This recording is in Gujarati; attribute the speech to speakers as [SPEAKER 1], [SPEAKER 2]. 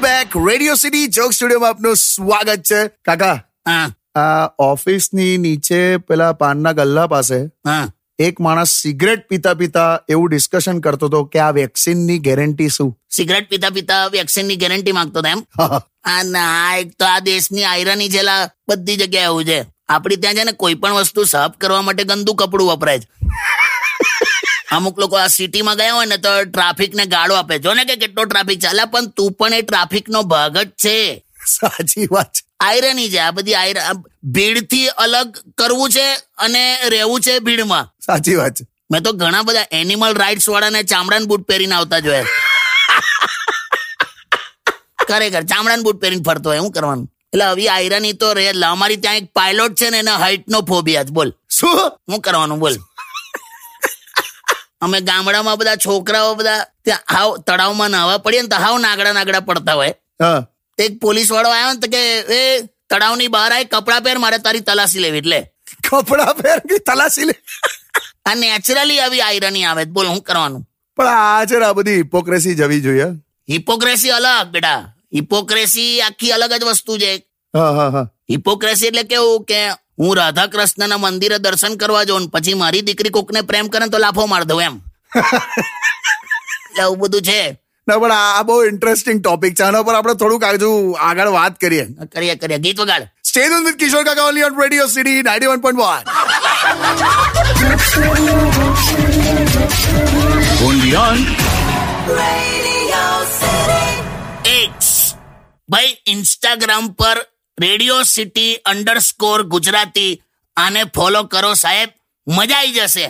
[SPEAKER 1] બેક રેડિયો સિટી જોક સ્ટુડિયોમાં આપનું સ્વાગત છે કાકા
[SPEAKER 2] હા
[SPEAKER 1] આ ઓફિસની નીચે પેલા પાનના ગલ્લા પાસે
[SPEAKER 2] હા
[SPEAKER 1] એક માણસ સિગરેટ પીતા પીતા એવું ડિસ્કશન કરતો હતો કે આ વેક્સિનની ગેરંટી શું
[SPEAKER 2] સિગરેટ પીતા પીતા વેક્સિનની ગેરંટી માંગતો હતો એમ આ ના એક તો આ દેશની આયરની છેલા બધી જગ્યાએ એવું છે આપડી ત્યાં છે ને કોઈ પણ વસ્તુ સાફ કરવા માટે ગંદુ કપડું વપરાય છે અમુક લોકો આ સિટીમાં ગયા હોય ને તો ટ્રાફિક ને ગાળો આપે જો ને કે કેટલો ટ્રાફિક છે અલા પણ તું પણ એ ટ્રાફિક નો ભાગ જ છે
[SPEAKER 1] સાચી વાત છે
[SPEAKER 2] આયરની છે આ બધી આયર ભીડ થી અલગ કરવું છે અને રહેવું છે ભીડમાં
[SPEAKER 1] સાચી વાત છે
[SPEAKER 2] મેં તો ઘણા બધા એનિમલ રાઇટ્સ વાળાને ચામડાના બૂટ પહેરીને આવતા જોયા ખરેખર ચામડાના બૂટ પહેરીને ફરતો હોય શું કરવાનું એટલે આવી આયરની તો રહે જ. એટલે અમારી ત્યાં એક પાયલોટ છે ને એને હાઇટ નો ફોબિયા બોલ
[SPEAKER 1] શું
[SPEAKER 2] શું કરવાનું બોલ અમે ગામડામાં બધા છોકરાઓ બધા ત્યાં હાવ તળાવમાં નાહવા પડીએ ને તો હાવ નાગડા નાગડા પડતા હોય
[SPEAKER 1] હા
[SPEAKER 2] તો એક પોલીસ વાળો આવ્યો ને તો કે એ તળાવની બહાર આય કપડાં પહેર મારે તારી તલાશી લેવી એટલે
[SPEAKER 1] કપડા પહેરવી તલાશી લે
[SPEAKER 2] આ નેચરલી આવી આયરની આવે બોલ શું કરવાનું
[SPEAKER 1] પણ આ છે ને આ બધી હિપોક્રેસી જવી જોઈએ
[SPEAKER 2] હિપોક્રેસી અલગ બેટા હિપોક્રેસી આખી અલગ જ વસ્તુ છે
[SPEAKER 1] હા હા હા
[SPEAKER 2] હિપોક્રેસી એટલે કેવું કે હું રાધા કૃષ્ણના મંદિરે દર્શન કરવા જાઉં ને પછી મારી દીકરી કોકને પ્રેમ કરે ને તો લાફો માર દઉં એમ એટલે આવું બધું છે
[SPEAKER 1] ના પણ આ બહુ ઇન્ટરેસ્ટિંગ ટોપિક છે આના પર આપણે થોડુંક આજુ આગળ વાત કરીએ
[SPEAKER 2] કરીએ કરીએ ગીત વગાડ
[SPEAKER 1] સ્ટેજ ઓન વિથ કિશોર કાકા only on radio city ninety one point one
[SPEAKER 3] Radio City.
[SPEAKER 2] એક્સ ભાઈ ઇન્સ્ટાગ્રામ પર રેડિયો સિટી અંડરસ્કોર ગુજરાતી આને ફોલો કરો સાહેબ મજા આવી જશે